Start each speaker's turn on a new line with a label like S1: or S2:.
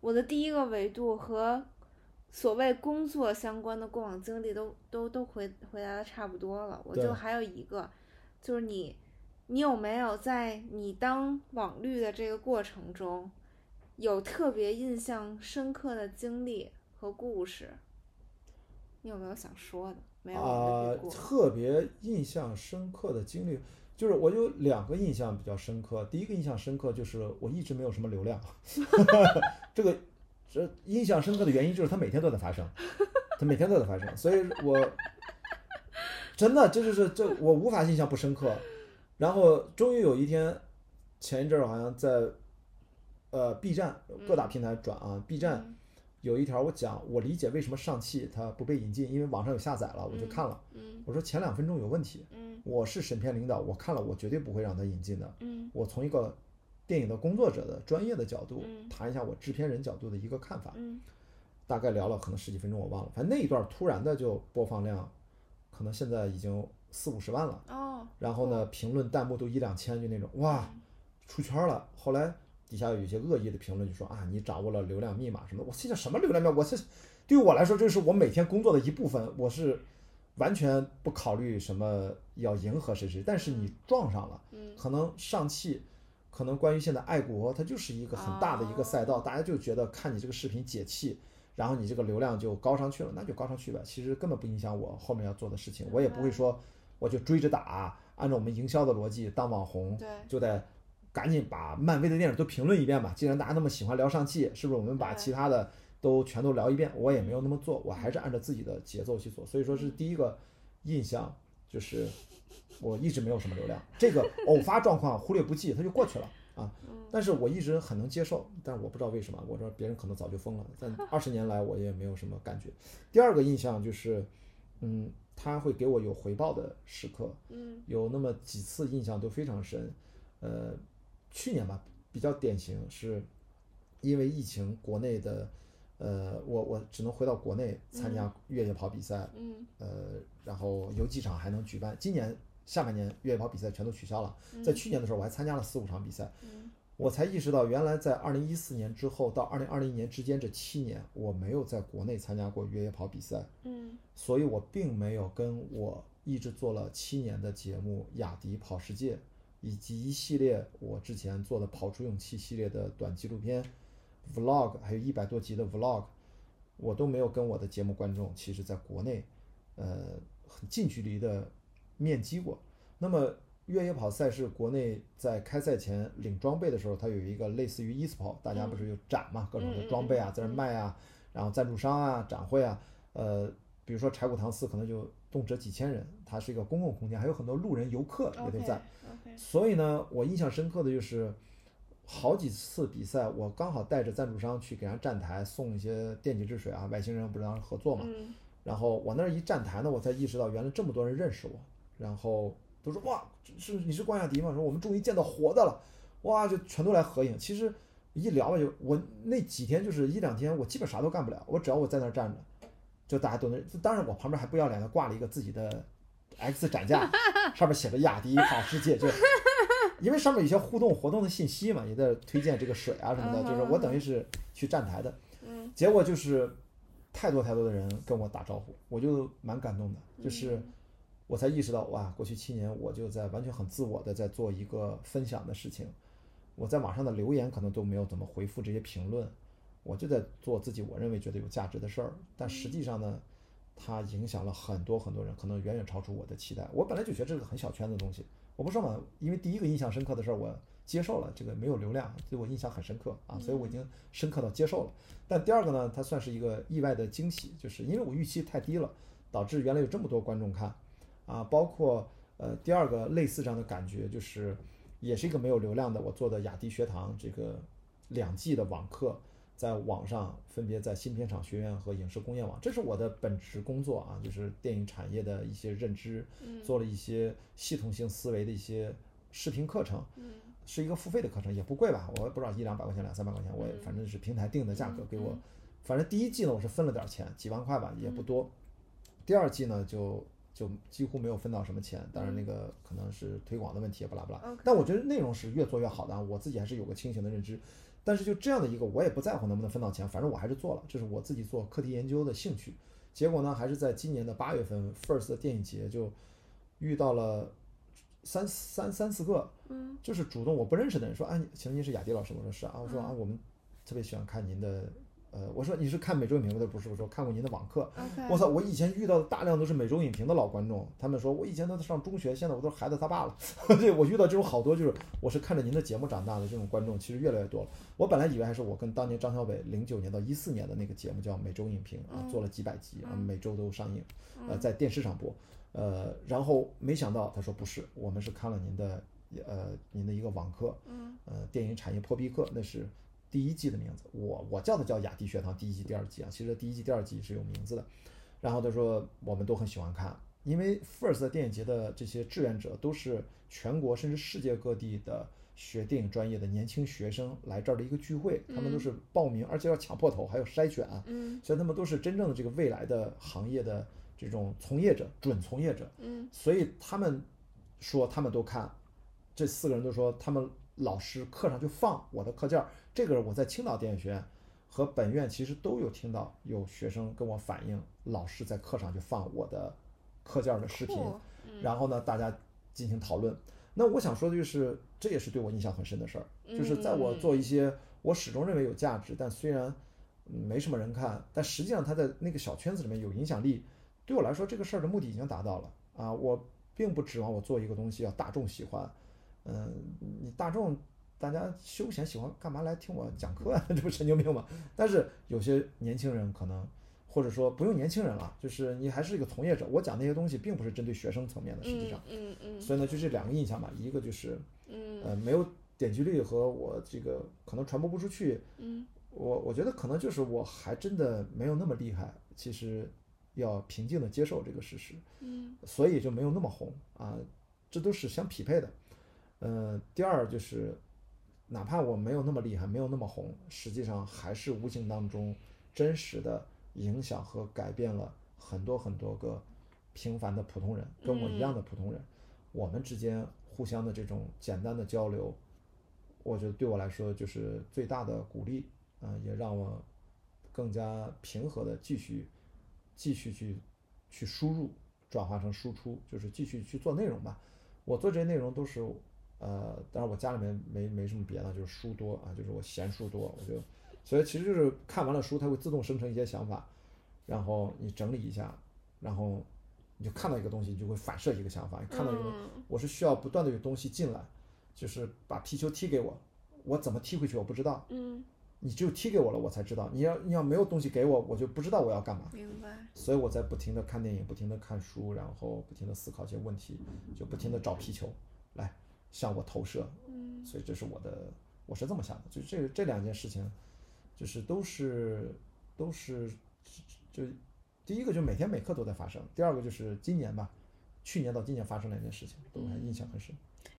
S1: 我的第一个维度和所谓工作相关的过往经历都都都回回答的差不多了。我
S2: 对
S1: 就还有一个，就是你，你有没有在你当网绿的这个过程中，有特别印象深刻的经历和故事？你有没有想说的？没有
S2: 啊、
S1: 网绿过，
S2: 特别印象深刻的经历，就是我有两个印象比较深刻。第一个印象深刻就是我一直没有什么流量， 这个这印象深刻的原因就是它每天都在发生，它每天都在发生，所以我真的这就是这我无法印象不深刻。然后终于有一天，前一阵儿好像在呃 B 站各大平台转啊、b 站
S1: 嗯
S2: 有一条我讲我理解为什么上汽它不被引进，因为网上有下载了，我就看了。
S1: 嗯
S2: 我说前两分钟有问题，
S1: 嗯
S2: 我是审片领导，我看了我绝对不会让它引进的。
S1: 嗯
S2: 我从一个电影的工作者的专业的角度
S1: 嗯
S2: 谈一下我制片人角度的一个看法，
S1: 嗯
S2: 大概聊了可能十几分钟我忘了，反正那一段突然的就播放量，可能现在已经四五十万了。
S1: 哦
S2: 然后呢，评论弹幕都一两千，就那种哇，出圈了。后来底下有一些恶意的评论，就说啊，你掌握了流量密码什么的。我心想什么流量密码？我这对于我来说，这是我每天工作的一部分，我是完全不考虑什么要迎合谁谁。但是你撞上了，
S1: 嗯
S2: 可能上汽，可能关于现在爱国，它就是一个很大的一个赛道，大家就觉得看你这个视频解气。然后你这个流量就高上去了，那就高上去呗。其实根本不影响我后面要做的事情，我也不会说我就追着打，按照我们营销的逻辑当网红，
S1: 对
S2: 就得赶紧把漫威的电影都评论一遍吧。既然大家那么喜欢聊上汽，是不是我们把
S1: 对
S2: 其他的都全都聊一遍？我也没有那么做，我还是按照自己的节奏去做。所以说
S1: 嗯
S2: 是第一个印象就是我一直没有什么流量，这个偶发状况忽略不计，它就过去了啊。
S1: 嗯
S2: 但是我一直很能接受，但是我不知道为什么，我说别人可能早就疯了，但二十年来我也没有什么感觉。第二个印象就是，嗯，他会给我有回报的时刻，
S1: 嗯
S2: 有那么几次印象都非常深。呃，去年吧，比较典型是，因为疫情，国内的，呃，我我只能回到国内参加越野跑比赛，
S1: 嗯
S2: 呃，然后有几场还能举办。今年下半年越野跑比赛全都取消了，
S1: 嗯
S2: 在去年的时候我还参加了四五场比赛，
S1: 嗯
S2: 我才意识到原来在二零一四年之后到二零二零年之间这七年，我没有在国内参加过越野跑比赛。
S1: 嗯
S2: 所以我并没有跟我一直做了七年的节目《雅迪跑世界》，以及一系列我之前做的“跑出勇气”系列的短纪录片、vlog，还有一百多集的 vlog，我都没有跟我的节目观众，其实在国内，呃，很近距离的面基过。那么越野跑赛事，国内在开赛前领装备的时候，它有一个类似于 ESPO，大家不是有展嘛，各种的装备啊，在那卖啊，然后赞助商啊、展会啊，呃，比如说柴谷堂寺可能就动辄几千人，它是一个公共空间，还有很多路人游客也都
S1: ，OK
S2: 在。
S1: OK，
S2: 所以呢，我印象深刻的就是好几次比赛，我刚好带着赞助商去给人家站台送一些电解质水啊，外星人不是当时合作嘛，
S1: 嗯
S2: 然后往那儿一站台呢，我才意识到原来这么多人认识我，然后都说哇，是你是关雅迪吗？说我们终于见到活的了，哇，就全都来合影。其实一聊吧，就我那几天就是一两天，我基本啥都干不了，我只要我在那儿站着，就大家都能。当然我旁边还不要脸的挂了一个自己的 X 展架，上面写着雅迪跑世界，就因为上面有些互动活动的信息嘛，也在推荐这个水啊什么的，就是我等于是去站台的。
S1: 嗯
S2: 结果就是太多太多的人跟我打招呼，我就蛮感动的，就是我才意识到哇，过去七年我就在完全很自我的在做一个分享的事情，我在网上的留言可能都没有怎么回复这些评论，我就在做自己我认为觉得有价值的事儿，但实际上呢。它影响了很多很多人，可能远远超出我的期待。我本来就觉得这是个很小圈子的东西，我不说嘛，因为第一个印象深刻的事儿我接受了，这个没有流量，对我印象很深刻啊，所以我已经深刻到接受了。但第二个呢，它算是一个意外的惊喜，就是因为我预期太低了，导致原来有这么多观众看，啊，包括呃第二个类似这样的感觉，就是也是一个没有流量的，我做的雅迪学堂这个两季的网课，在网上分别在新片场学院和影视工业网，这是我的本职工作啊，就是电影产业的一些认知，做了一些系统性思维的一些视频课程，
S1: 嗯
S2: 是一个付费的课程，也不贵吧？我也不知道一两百块钱、两三百块钱，我也反正是平台定的价格给我。反正第一季呢，我是分了点儿钱，几万块吧，也不多。第二季呢，就就几乎没有分到什么钱，当然那个可能是推广的问题，巴拉巴拉。但我觉得内容是越做越好的啊，我自己还是有个清醒的认知。但是就这样的一个，我也不在乎能不能分到钱，反正我还是做了，这是我自己做课题研究的兴趣。结果呢，还是在今年的八月份，First 的电影节就遇到了三三三四个，
S1: 嗯
S2: 就是主动我不认识的人说，哎，你请问您是雅迪老师吗？我说是啊，我说啊，我们特别喜欢看您的，呃，我说你是看每周影评吗？他说不是，我说看过您的网课，
S1: ，OK，
S2: 我操！我以前遇到的大量都是每周影评的老观众，他们说我以前都上中学，现在我都是孩子他爸了。 对我遇到这种好多就是我是看着您的节目长大的这种观众，其实越来越多了。我本来以为还是我跟当年张小北零九年到一四年的那个节目叫每周影评
S1: 嗯
S2: 啊，做了几百集啊，每周都上映，呃，在电视上播。呃，然后没想到他说不是，我们是看了您的呃您的一个网课，
S1: 嗯
S2: 呃，电影产业破壁课，那是第一季的名字。我我叫它叫雅迪学堂第一季、第二季啊，其实第一季、第二季是有名字的。然后他说我们都很喜欢看，因为 First 的电影节的这些志愿者都是全国甚至世界各地的学电影专业的年轻学生来这儿的一个聚会，他们都是报名，而且要抢破头，还有筛选啊，
S1: 嗯
S2: 所以他们都是真正的这个未来的行业的这种从业者、准从业者。
S1: 嗯
S2: 所以他们说他们都看，这四个人都说他们老师课上就放我的课件儿。这个我在青岛电影学院和本院其实都有听到有学生跟我反映，老师在课上就放我的课件儿的视频，
S1: 酷
S2: 然后呢大家进行讨论。那我想说的就是，这也是对我印象很深的事儿，就是在
S1: 嗯
S2: 我做一些我始终认为有价值，但虽然嗯没什么人看，但实际上它在那个小圈子里面有影响力。对我来说，这个事儿的目的已经达到了啊！我并不指望我做一个东西要大众喜欢，嗯，你大众大家休闲喜欢干嘛来听我讲课啊？ 这不神经病吗？但是有些年轻人可能，或者说不用年轻人了，就是你还是一个从业者，我讲那些东西并不是针对学生层面的，实际上，
S1: 嗯嗯
S2: 所以呢，就这两个印象吧，一个就是
S1: 嗯
S2: 呃没有点击率和我这个可能传播不出去，
S1: 嗯
S2: 我我觉得可能就是我还真的没有那么厉害，其实要平静的接受这个事实，
S1: 嗯
S2: 所以就没有那么红啊，这都是相匹配的。呃，第二就是，哪怕我没有那么厉害，没有那么红，实际上还是无形当中真实的影响和改变了很多很多个平凡的普通人，跟我一样的普通人，我们之间互相的这种简单的交流，我觉得对我来说就是最大的鼓励啊、也让我更加平和的继续继续去去输入，转化成输出，就是继续去做内容吧。我做这些内容都是，呃，当然我家里面没没什么别的，就是书多啊，就是我闲书多，我就，所以其实就是看完了书，它会自动生成一些想法，然后你整理一下，然后你就看到一个东西，你就会反射一个想法，你看到一个
S1: 嗯
S2: 东西，我是需要不断的有东西进来，就是把皮球踢给我，我怎么踢回去我不知道，
S1: 嗯，
S2: 你只有踢给我了，我才知道。你要你要没有东西给我，我就不知道我要干嘛。
S1: 明白，
S2: 所以我在不停的看电影，不停的看书，然后不停的思考一些问题，就不停的找皮球来向我投射。
S1: 嗯
S2: 所以这是我的，我是这么想的，就这这两件事情，就是都是都是就第一个就每天每刻都在发生，第二个就是今年吧，去年到今年发生两件事情，对我还印象很深。